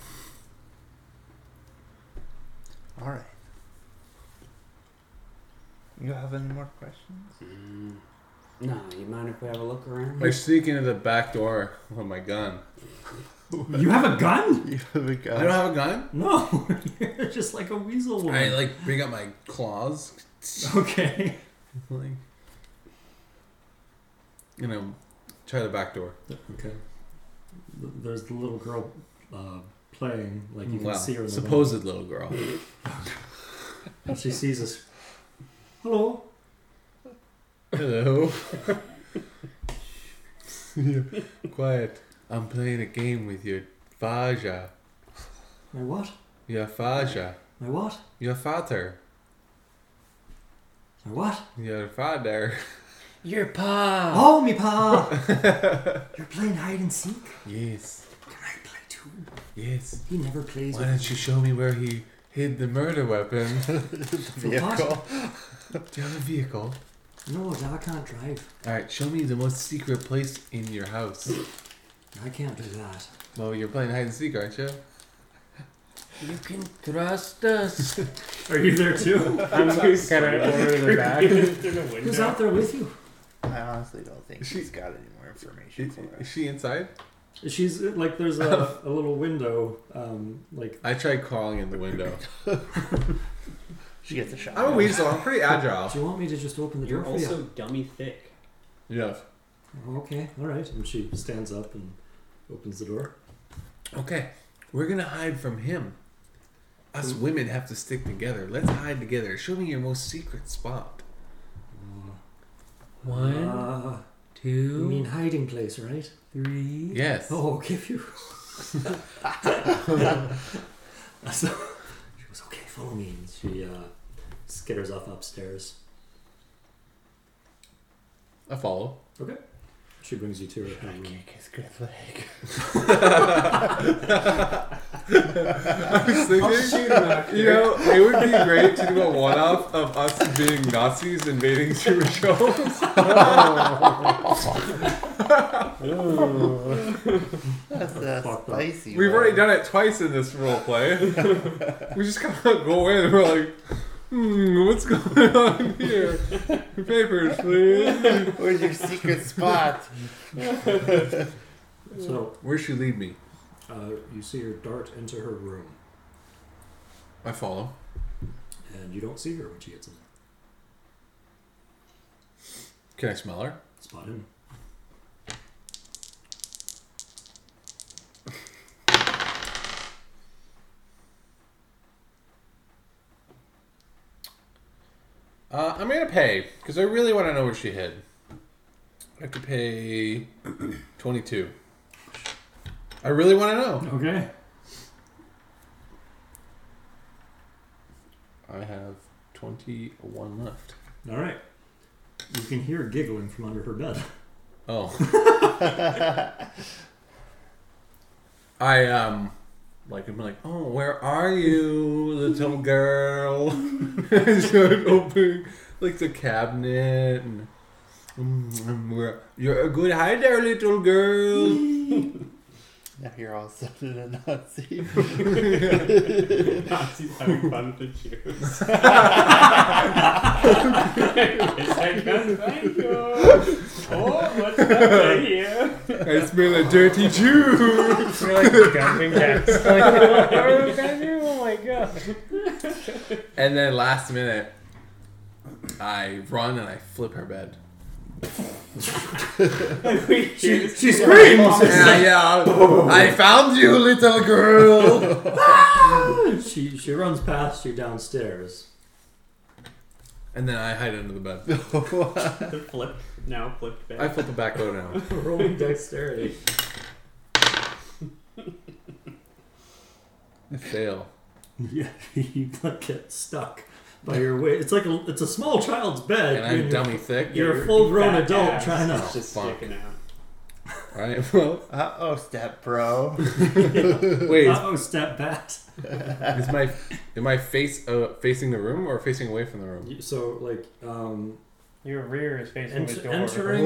Speaker 3: All right. You have any more questions?
Speaker 6: Mm. No, you mind if we have a look around?
Speaker 2: I sneak into the back door with my gun.
Speaker 5: you have a gun?
Speaker 3: You have a
Speaker 2: I don't have a gun.
Speaker 5: No, you're just like a weasel woman.
Speaker 2: I like bring up my claws,
Speaker 5: Okay.
Speaker 2: like, you know, try the back door.
Speaker 5: Okay. Th- There's the little girl uh, playing. Like you can
Speaker 2: Well,
Speaker 5: see her. In the
Speaker 2: supposed little girl.
Speaker 5: window. And she sees us. Hello.
Speaker 2: Hello. Yeah, Quiet. I'm playing a game with your Faja.
Speaker 7: My what?
Speaker 2: Your Faja.
Speaker 7: My what?
Speaker 2: Your father.
Speaker 7: My what?
Speaker 2: Your father.
Speaker 1: Your pa.
Speaker 7: Oh, me pa! You're playing hide and seek.
Speaker 2: Yes.
Speaker 7: Can I play too?
Speaker 2: Yes.
Speaker 7: He never plays.
Speaker 2: Why
Speaker 7: with
Speaker 2: don't you show me where he hid the murder weapon?
Speaker 7: me. For what?
Speaker 2: Do you have a vehicle?
Speaker 7: No, I can't drive.
Speaker 2: Alright, show me the most secret place in your house.
Speaker 7: I can't do that.
Speaker 2: Well, you're playing hide and seek, aren't you?
Speaker 1: You can trust us.
Speaker 5: Are you there too?
Speaker 1: I'm kind of over to the back.
Speaker 7: Who's out there with you?
Speaker 3: I honestly don't think
Speaker 2: She-
Speaker 3: she's got any more information
Speaker 2: Is,
Speaker 3: for
Speaker 2: is
Speaker 3: us.
Speaker 2: she inside?
Speaker 5: She's like there's a, a little window. Um, like
Speaker 2: I tried crawling in the window.
Speaker 3: She gets a shot.
Speaker 2: I'm a weasel. I'm pretty agile.
Speaker 7: Do you want me to just open the
Speaker 6: You're
Speaker 7: door
Speaker 6: also dummy thick.
Speaker 2: Yeah.
Speaker 7: for you? Okay.
Speaker 5: all right, and she stands up and opens the door.
Speaker 2: Okay, we're gonna hide from him. Us women have to stick together. Let's hide together. Show me your most secret spot.
Speaker 1: One,
Speaker 7: Uh, You mean
Speaker 1: two,
Speaker 7: hiding place, right?
Speaker 1: three.
Speaker 2: Yes.
Speaker 7: Oh, I'll give you. so, she goes, okay, follow me.
Speaker 5: And she uh, skitters off upstairs.
Speaker 2: I follow.
Speaker 5: She brings you to her room.
Speaker 3: his good leg.
Speaker 2: I was thinking, you know, it would be great to do a one-off of us being Nazis invading Jewish homes.
Speaker 1: Oh.
Speaker 3: That's, that's
Speaker 5: Fucked up.
Speaker 3: spicy.
Speaker 2: We've
Speaker 3: one.
Speaker 2: already done it twice in this role play. we just kind of go in and we're like, hmm, what's going on here? Papers, please.
Speaker 3: Where's your secret spot?
Speaker 5: So
Speaker 2: Where should you lead me?
Speaker 5: uh, you see her dart into her room,
Speaker 2: I follow.
Speaker 5: and you don't see her when she gets in.
Speaker 2: Can I smell her?
Speaker 5: Spot him.
Speaker 2: Uh, I'm gonna pay because I really want to know where she hid. I could pay twenty-two. I really want to know.
Speaker 7: Okay.
Speaker 2: I have twenty-one left.
Speaker 5: All right. You can hear giggling from under her bed.
Speaker 2: Oh. I um, like I'm like, oh, where are you, little girl? so I'm opening like the cabinet and. Mm, we're- You're a good hi there, little girl.
Speaker 3: Now you're all sudden a Nazi.
Speaker 6: Nazis having fun with the Jews. it's like, "Yes, thank you. Oh, what's that here?
Speaker 2: I smell a dirty Jew.
Speaker 1: You're like dumping text. Like, oh my god.
Speaker 2: And then last minute, I run and I flip her bed.
Speaker 6: she,
Speaker 2: She screams! and I yell, I found you, little girl!
Speaker 5: she she runs past you downstairs.
Speaker 2: and then I hide under the bed.
Speaker 6: They're flipped. Now flipped back.
Speaker 2: I flip it back low now.
Speaker 5: Rolling dexterity.
Speaker 2: I fail.
Speaker 5: Yeah, you like get stuck by your weight. It's like a, it's a small child's bed.
Speaker 2: And I'm
Speaker 5: you're-
Speaker 2: dummy thick.
Speaker 5: You're
Speaker 6: Your
Speaker 5: a full-grown
Speaker 6: fat
Speaker 5: adult
Speaker 6: ass
Speaker 5: trying to
Speaker 6: is just
Speaker 2: fuck.
Speaker 6: sticking out.
Speaker 2: Alright, well,
Speaker 3: Uh oh, step bro.
Speaker 2: wait, is,
Speaker 5: Oh, step back.
Speaker 2: is my am I face uh, facing the room or facing away from the room?
Speaker 5: You- So like um
Speaker 1: Your rear is facing
Speaker 5: Ent-
Speaker 1: the door.
Speaker 5: entering-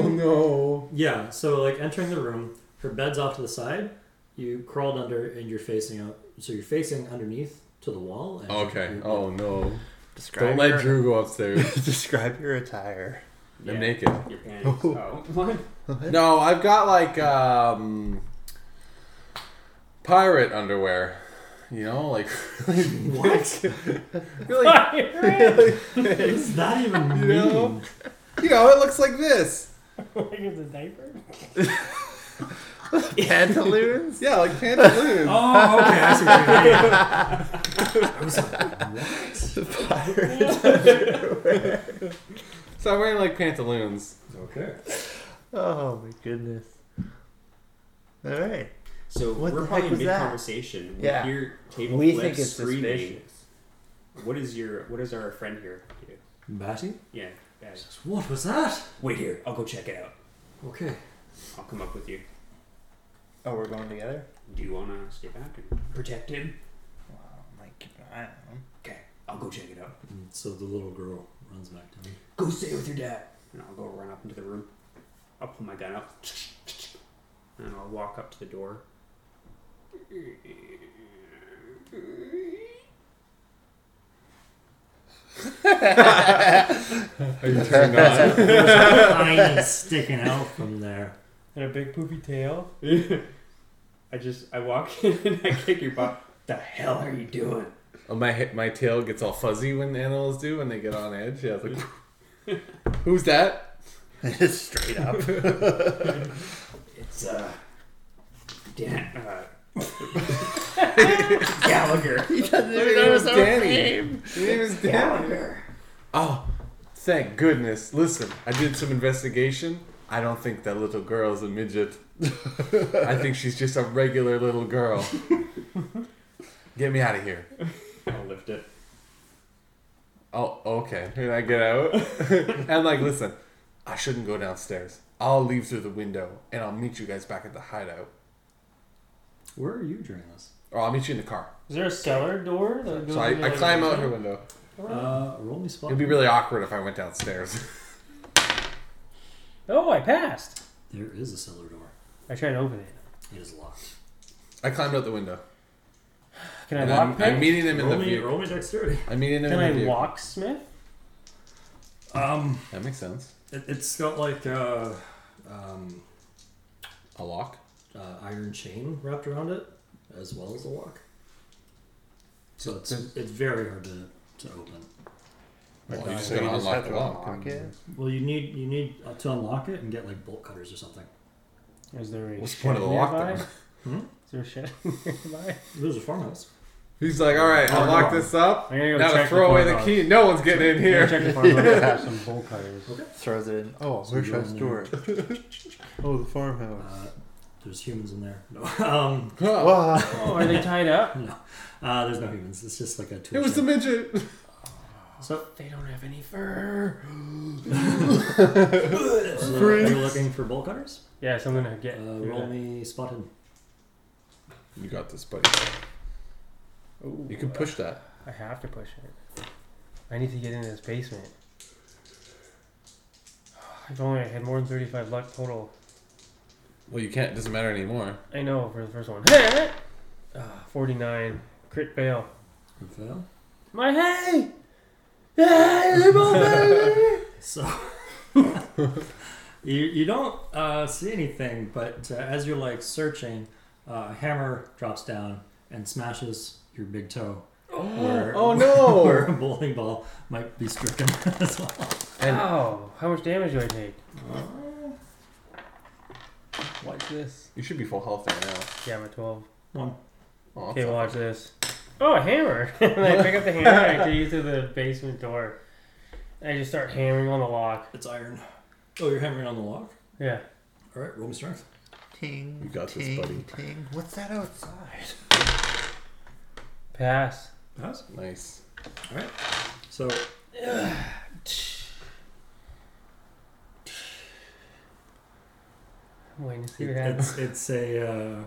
Speaker 2: Oh no.
Speaker 5: yeah, so like entering the room, her bed's off to the side. You crawled under and you're facing out. So you're facing underneath to the wall. And
Speaker 2: Okay.
Speaker 5: you're-
Speaker 2: Oh no.
Speaker 3: Describe
Speaker 2: Don't let
Speaker 3: your,
Speaker 2: Drew go upstairs.
Speaker 3: describe your attire.
Speaker 2: I'm
Speaker 6: Yeah,
Speaker 2: naked.
Speaker 6: Your pants. Oh, what?
Speaker 2: No, I've got like um pirate underwear. You know, like
Speaker 5: What?
Speaker 2: really,
Speaker 5: It's not even
Speaker 2: You
Speaker 5: mean?
Speaker 2: know? you know, it looks like this.
Speaker 1: Is a diaper?
Speaker 3: Pantaloons?
Speaker 2: Yeah, like pantaloons.
Speaker 5: Oh, okay. I see what you mean.
Speaker 2: So I'm wearing like pantaloons.
Speaker 5: Okay.
Speaker 3: Oh my goodness. All right.
Speaker 6: So
Speaker 3: What
Speaker 6: we're
Speaker 3: the
Speaker 6: probably
Speaker 3: heck was
Speaker 6: mid
Speaker 3: that?
Speaker 6: conversation. We
Speaker 3: Yeah.
Speaker 6: hear table
Speaker 1: We
Speaker 6: flips
Speaker 1: think it's
Speaker 6: screaming.
Speaker 1: suspicious.
Speaker 6: What is your what is our friend here do?
Speaker 5: Batty?
Speaker 6: Yeah, guys.
Speaker 5: What was that?
Speaker 6: Wait here, I'll go check it out.
Speaker 5: Okay.
Speaker 6: I'll come up with you.
Speaker 3: Oh, we're going together?
Speaker 6: Do you wanna stay back and protect him?
Speaker 3: Wow, I'm like, keep an eye on them.
Speaker 6: Okay, I'll go check it out.
Speaker 5: And Mm, so the little girl runs back down.
Speaker 6: Go stay with your dad. And I'll go run up into the room. I'll pull my gun up. And I'll walk up to the door.
Speaker 2: Are you turned on?
Speaker 5: There's a line sticking out from there.
Speaker 1: And a big poofy tail.
Speaker 6: I just I walk in and I kick your butt. The hell are you doing?
Speaker 2: Oh, my he- my tail gets all fuzzy when animals do when they get on edge. Yeah, it's like who's that?
Speaker 3: Straight up.
Speaker 6: It's uh, Dan uh, Gallagher.
Speaker 3: He doesn't
Speaker 2: His name
Speaker 3: even know
Speaker 2: is
Speaker 3: his own
Speaker 2: Danny.
Speaker 3: name.
Speaker 2: His name is Dan. Oh, thank goodness! Listen, I did some investigation. I don't think that little girl's a midget. I think she's just a regular little girl. Get me out of here.
Speaker 6: I'll lift it.
Speaker 2: Oh, okay. And I get out. and like, listen, I shouldn't go downstairs. I'll leave through the window and I'll meet you guys back at the hideout.
Speaker 5: Where are you during this?
Speaker 2: Or I'll meet you in the car.
Speaker 1: Is there a cellar door? That goes
Speaker 2: So I, I
Speaker 1: into-
Speaker 2: climb out her window.
Speaker 5: Uh, roll me spot.
Speaker 2: It'd be really awkward if I went downstairs.
Speaker 1: Oh, I passed.
Speaker 5: There is a cellar door.
Speaker 1: I try and open it.
Speaker 5: It is locked.
Speaker 2: I climbed out the window.
Speaker 1: Can I
Speaker 2: And
Speaker 1: lock
Speaker 2: I'm, I'm
Speaker 1: pick?
Speaker 2: meeting him in
Speaker 5: roll,
Speaker 2: the
Speaker 5: me,
Speaker 2: view.
Speaker 5: roll me dexterity.
Speaker 2: I'm meeting him
Speaker 1: Can
Speaker 2: in
Speaker 1: I
Speaker 2: the view.
Speaker 1: locksmith?
Speaker 5: Um,
Speaker 2: That makes sense.
Speaker 5: it, it's got like uh, um,
Speaker 2: A lock.
Speaker 5: uh, iron chain wrapped around it, as well as a lock. So it's it's very hard to, to open.
Speaker 2: Well,
Speaker 3: But
Speaker 2: you
Speaker 3: no,
Speaker 2: just
Speaker 3: so
Speaker 2: gotta unlock
Speaker 3: have
Speaker 2: the
Speaker 3: to
Speaker 2: lock
Speaker 3: unlock it.
Speaker 5: Well, you need you need uh, to unlock it and get like bolt cutters or something.
Speaker 1: Is there a
Speaker 2: What's the
Speaker 1: shed
Speaker 2: point of the
Speaker 1: nearby?
Speaker 2: lockdown?
Speaker 5: Hmm?
Speaker 1: Is there a shed nearby?
Speaker 5: There's a farmhouse.
Speaker 2: He's like, all right, I'll lock this up.
Speaker 1: I gotta go
Speaker 2: Now to
Speaker 1: check
Speaker 2: throw
Speaker 1: the
Speaker 2: away
Speaker 1: farm
Speaker 2: the
Speaker 1: house.
Speaker 2: key. No one's
Speaker 1: I
Speaker 2: getting in
Speaker 1: gotta
Speaker 2: here.
Speaker 1: Check the farmhouse for some bull cutters.
Speaker 3: Throws it in. Oh, where's
Speaker 5: you're
Speaker 3: our
Speaker 5: in
Speaker 3: store? oh, the farmhouse.
Speaker 5: Uh, there's humans in there. No, um,
Speaker 2: Huh.
Speaker 3: Wow.
Speaker 1: Oh, are they tied up?
Speaker 5: uh, there's no humans. It's just like a tool.
Speaker 2: It was the
Speaker 5: shed.
Speaker 2: midget.
Speaker 5: so
Speaker 1: They don't have any fur.
Speaker 5: so you're looking for bolt cutters.
Speaker 1: Yes, I'm gonna get.
Speaker 5: Uh,
Speaker 1: through
Speaker 5: roll
Speaker 1: that.
Speaker 5: me spot hidden.
Speaker 2: You got this, buddy.
Speaker 1: Ooh,
Speaker 2: You can push that.
Speaker 1: I have to push it. I need to get into this basement. If only I had more than 35 luck total.
Speaker 2: Well, you can't. It doesn't matter anymore.
Speaker 1: I know for the first one. Ah, 49. Crit fail.
Speaker 5: You fail.
Speaker 1: My hey!
Speaker 5: So you you don't uh, see anything, but uh, as you're like searching, uh, a hammer drops down and smashes your big toe. where-
Speaker 2: Oh, no.
Speaker 5: Where a bowling ball might be stricken as well.
Speaker 2: And-
Speaker 1: Ow! How much damage do I take?
Speaker 2: Uh, Watch this. You should be full health right
Speaker 1: Yeah, I'm at 12.
Speaker 5: One.
Speaker 2: now. Oh,
Speaker 1: Okay,
Speaker 2: that's-
Speaker 1: watch this. Oh, a hammer! and I pick up the hammer I use through the basement door. And I just start hammering on the lock.
Speaker 5: It's iron. Oh, you're hammering on the log.
Speaker 1: Yeah.
Speaker 5: All right, roll me strength.
Speaker 3: Ting,
Speaker 2: You got this,
Speaker 3: ting,
Speaker 2: buddy.
Speaker 3: ting. What's that outside?
Speaker 1: Pass.
Speaker 5: Pass.
Speaker 2: nice.
Speaker 5: So
Speaker 1: I'm waiting to see what happens.
Speaker 5: it's it's a uh,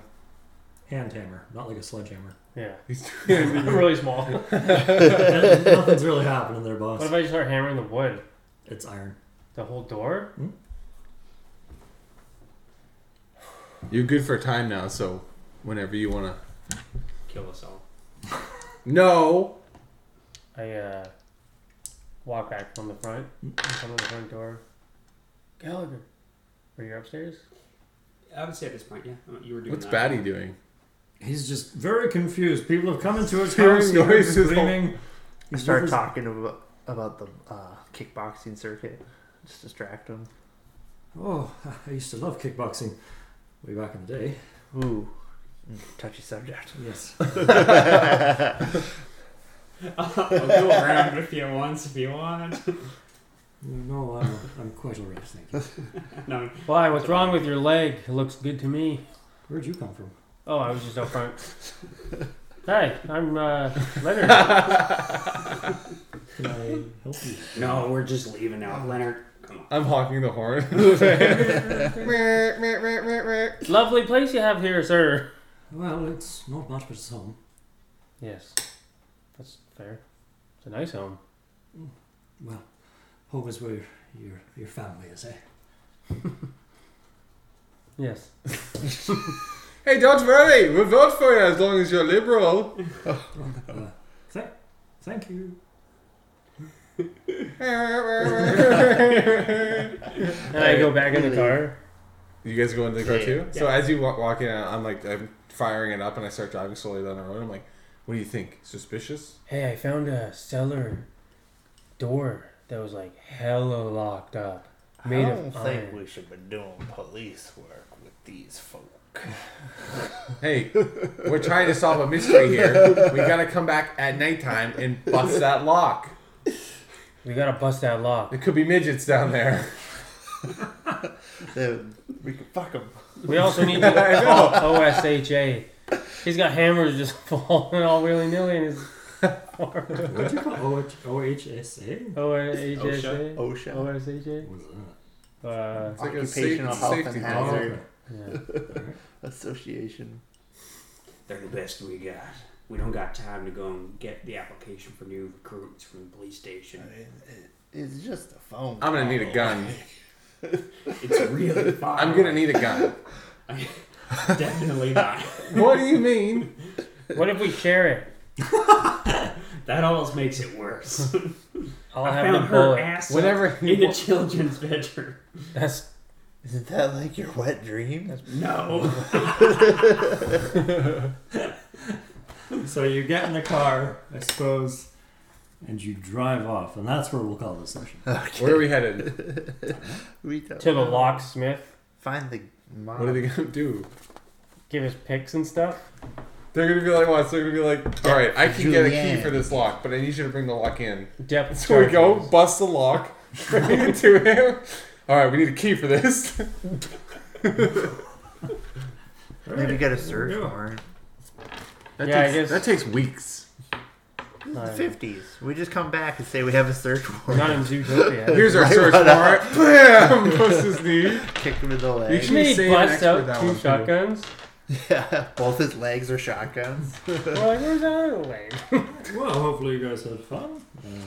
Speaker 5: hand hammer, not like a sledgehammer.
Speaker 1: Yeah.
Speaker 2: He's
Speaker 1: really small.
Speaker 5: Nothing's really happening there, boss.
Speaker 1: What if I just start hammering the wood?
Speaker 5: It's iron.
Speaker 1: The whole door?
Speaker 2: You're good for time now, so whenever you wanna.
Speaker 6: Kill us all.
Speaker 2: No.
Speaker 1: I uh, walk back from the front,
Speaker 3: Mm-hmm.
Speaker 1: come to the front door. Gallagher, are you upstairs?
Speaker 6: I would say at this point, yeah, I mean, you were doing
Speaker 2: What's
Speaker 6: that.
Speaker 2: Batty doing?
Speaker 5: He's just very confused. People have come into his
Speaker 2: Hearing
Speaker 5: house, hearing
Speaker 2: noises.
Speaker 5: screaming.
Speaker 3: I
Speaker 5: He's
Speaker 3: start
Speaker 5: with his-
Speaker 3: talking about, about the uh, kickboxing circuit. Just distract him.
Speaker 5: Oh, I used to love kickboxing way back in the day.
Speaker 3: Ooh. Mm, Touchy subject.
Speaker 5: Yes.
Speaker 6: I'll go around if you want, if you want.
Speaker 5: No, I'm, I'm quite all right, thank you.
Speaker 6: No,
Speaker 1: Why? What's wrong with your leg? It looks good to me.
Speaker 5: Where'd you come from?
Speaker 1: Oh, I was just up front. Hi, I'm uh, Leonard.
Speaker 5: Can I help you?
Speaker 6: no, we're just leaving now, Leonard. Come on.
Speaker 2: I'm honking the horn.
Speaker 1: Lovely place you have here, sir.
Speaker 5: Well, it's not much, but it's home.
Speaker 1: Yes, that's fair. It's a nice home.
Speaker 5: Well, home is where your your family is, eh?
Speaker 1: Yes.
Speaker 2: hey, don't worry. We'll vote for you as long as you're liberal.
Speaker 5: Uh, thank, thank you.
Speaker 1: And I go back in the car.
Speaker 2: You guys go into the car
Speaker 3: Yeah.
Speaker 2: too. So as you walk, walk in, I'm like, I'm firing it up, and I start driving slowly down the road. I'm like, what do you think? Suspicious?
Speaker 1: Hey, I found a cellar door that was like hella locked up. Made
Speaker 3: I
Speaker 1: of
Speaker 3: don't think
Speaker 1: iron.
Speaker 3: we should be doing police work with these folk.
Speaker 2: Hey, we're trying to solve a mystery here. We gotta come back at nighttime and bust that lock.
Speaker 1: We gotta bust that lock.
Speaker 2: It could be midgets down there.
Speaker 3: Then we could fuck them.
Speaker 1: We also need to call OSHA. He's got hammers just falling all willy nilly in his farm.
Speaker 5: What'd you call OH, OHSA?
Speaker 6: Oh,
Speaker 1: OSHA?
Speaker 2: Oh,
Speaker 3: OSHA.
Speaker 1: OSHA?
Speaker 5: What was that?
Speaker 1: Uh,
Speaker 2: like a
Speaker 3: Occupational
Speaker 2: safe-
Speaker 3: Health
Speaker 2: safety
Speaker 3: and
Speaker 2: thing.
Speaker 5: Oh,
Speaker 3: Hazard
Speaker 5: okay.
Speaker 1: yeah.
Speaker 3: Association.
Speaker 6: They're the best we got. We don't got time to go and get the application for new recruits from the police station.
Speaker 3: It's just a phone.
Speaker 2: I'm gonna need a
Speaker 3: call.
Speaker 2: gun.
Speaker 6: It's really far.
Speaker 2: I'm gonna need a gun.
Speaker 6: definitely not.
Speaker 2: What do you mean?
Speaker 1: What if we share it?
Speaker 6: That always makes it worse.
Speaker 1: I'll
Speaker 6: I
Speaker 1: have the
Speaker 6: found her
Speaker 1: bullet.
Speaker 6: ass
Speaker 2: Whenever
Speaker 6: up in
Speaker 2: he
Speaker 6: the children's bedroom.
Speaker 1: That's
Speaker 3: Isn't that like your wet dream?
Speaker 6: No.
Speaker 5: So you get in the car, I suppose, and you drive off, and that's where we'll call this session.
Speaker 2: Where are we headed?
Speaker 3: We don't
Speaker 1: to the
Speaker 3: know.
Speaker 1: locksmith.
Speaker 3: Find the
Speaker 2: What are
Speaker 3: mom.
Speaker 2: they gonna do?
Speaker 1: Give us picks and stuff.
Speaker 2: They're gonna be like what? So They're gonna be like, all right, I can get a key
Speaker 3: Julianne.
Speaker 2: for this lock, but I need you to bring the lock in.
Speaker 1: Depth
Speaker 2: So we go,
Speaker 1: charges.
Speaker 2: bust the lock, bring it to him. All right, we need a key for this.
Speaker 3: Maybe get a search warrant.
Speaker 2: That
Speaker 1: Yeah, I
Speaker 2: takes,
Speaker 1: guess-
Speaker 2: that takes weeks.
Speaker 3: This
Speaker 1: Not
Speaker 3: is the 50s. We just come back and say we have a search warrant.
Speaker 1: Not in Zootopia.
Speaker 2: Here's our
Speaker 3: Right,
Speaker 2: search
Speaker 3: right
Speaker 2: warrant. Bam! Bust his knee.
Speaker 3: Kick him in the
Speaker 2: You
Speaker 3: leg.
Speaker 2: should-
Speaker 1: Didn't
Speaker 2: be
Speaker 1: they
Speaker 2: saving
Speaker 1: bust
Speaker 2: extra
Speaker 1: out
Speaker 2: that
Speaker 1: two
Speaker 2: one, too.
Speaker 1: shotguns?
Speaker 3: Yeah, both his legs are shotguns.
Speaker 1: Well, like, where's the other leg?
Speaker 5: Well, hopefully you guys had fun. Um,